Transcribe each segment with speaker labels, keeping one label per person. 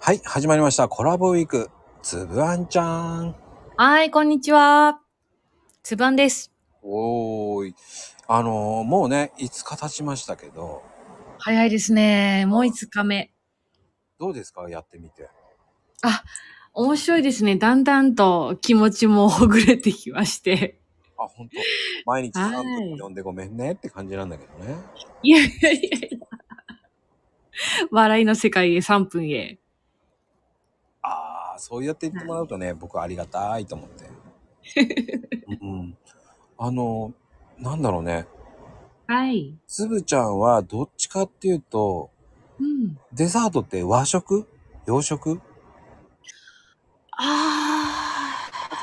Speaker 1: はい、始まりました。コラボウィーク、つぶあんちゃん。
Speaker 2: はい、こんにちは。つぶあんです。
Speaker 1: おーい。あのーもうね、5日経ちましたけど、
Speaker 2: 早いですね。もう5日目。
Speaker 1: どうですかやってみて。
Speaker 2: 面白いですね。だんだんと気持ちもほぐれてきまして。
Speaker 1: あ、ほんと。毎日3
Speaker 2: はい
Speaker 1: 分呼んでごめんねって感じなんだけどね。
Speaker 2: いやいやいやいや笑いの世界へ3分へ。
Speaker 1: ああ、そうやって言ってもらうとね、僕ありがたいと思って。 うん。あのーなんだろうね。
Speaker 2: はい。
Speaker 1: つぶちゃんはどっちかっていうと、
Speaker 2: うん。
Speaker 1: デザートって和食洋食
Speaker 2: ああ。
Speaker 1: 和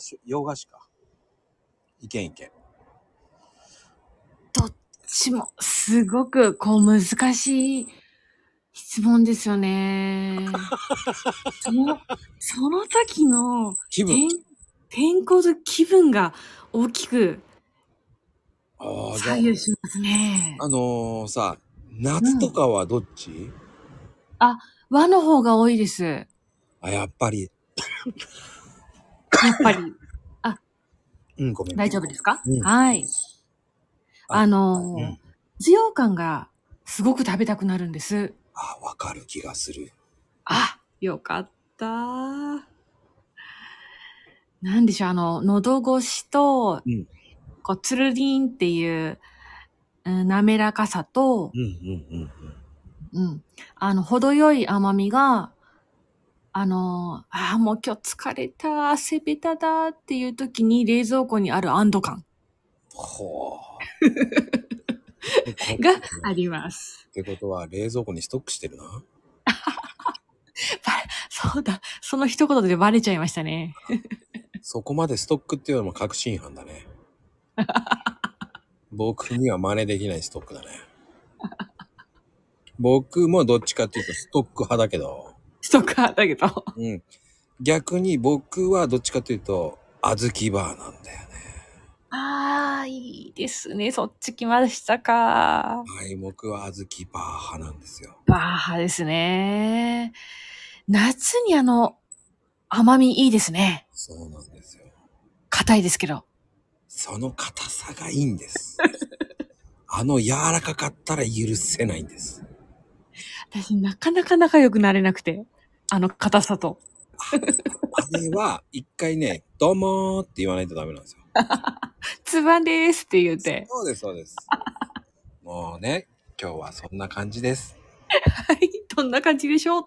Speaker 1: 食か洋菓子か。いけんいけん。
Speaker 2: 私も、すごく、こう、難しい質問ですよね。その、その時の
Speaker 1: 気分
Speaker 2: 天、天候と気分が大きく
Speaker 1: ああ、じゃあ
Speaker 2: 左、右しますね。
Speaker 1: あのーさ、夏とかはどっち、
Speaker 2: 和の方が多いです。や
Speaker 1: あ、やっぱり。
Speaker 2: っぱり。
Speaker 1: うん、ごめん。
Speaker 2: 大丈夫ですか、
Speaker 1: うん
Speaker 2: はい。
Speaker 1: あ
Speaker 2: あの
Speaker 1: う
Speaker 2: ー、
Speaker 1: ん。
Speaker 2: 滋養感がすごく食べたくなるんです。
Speaker 1: あ、わかる気がする。
Speaker 2: あ、よかったー。なんでしょう、あの、喉越しと、
Speaker 1: うん
Speaker 2: こう、つるりんっていう、うん滑らかさと、
Speaker 1: うん、うん、うん。
Speaker 2: うん。あの、程よい甘みが、あのー、ああ、もう今日疲れた、汗べただっていう時に冷蔵庫にある安堵感
Speaker 1: ほう。
Speaker 2: があります
Speaker 1: っ。てことは、冷蔵庫にストックしてるな。
Speaker 2: そうだ。その一言でバレちゃいましたね。
Speaker 1: そこまでストックっていうのも確信犯だ ね。僕には真似できないストックだね。僕もどっちかっていうとストック派だけど。
Speaker 2: ストッカーだけど。
Speaker 1: うん。逆に僕はどっちかというと、小豆バーなんだよね。
Speaker 2: ああ、いいですね。そっち来ましたか。
Speaker 1: はい、僕は小豆バー派なんですよ。
Speaker 2: バーハですね。夏にあの、甘みいいですね。
Speaker 1: そうなんですよ。
Speaker 2: 硬いですけど。
Speaker 1: その硬さがいいんです。あの柔らかかったら許せないんです。
Speaker 2: 私、なかなか仲良くなれなくて。あの硬さと。
Speaker 1: あれは、一回ね、どうもーって言わないとダメなんですよ。
Speaker 2: つばんですって言うて。
Speaker 1: そうです、そうです。もうね、今日はそんな感じです。
Speaker 2: はい、どんな感じでしょう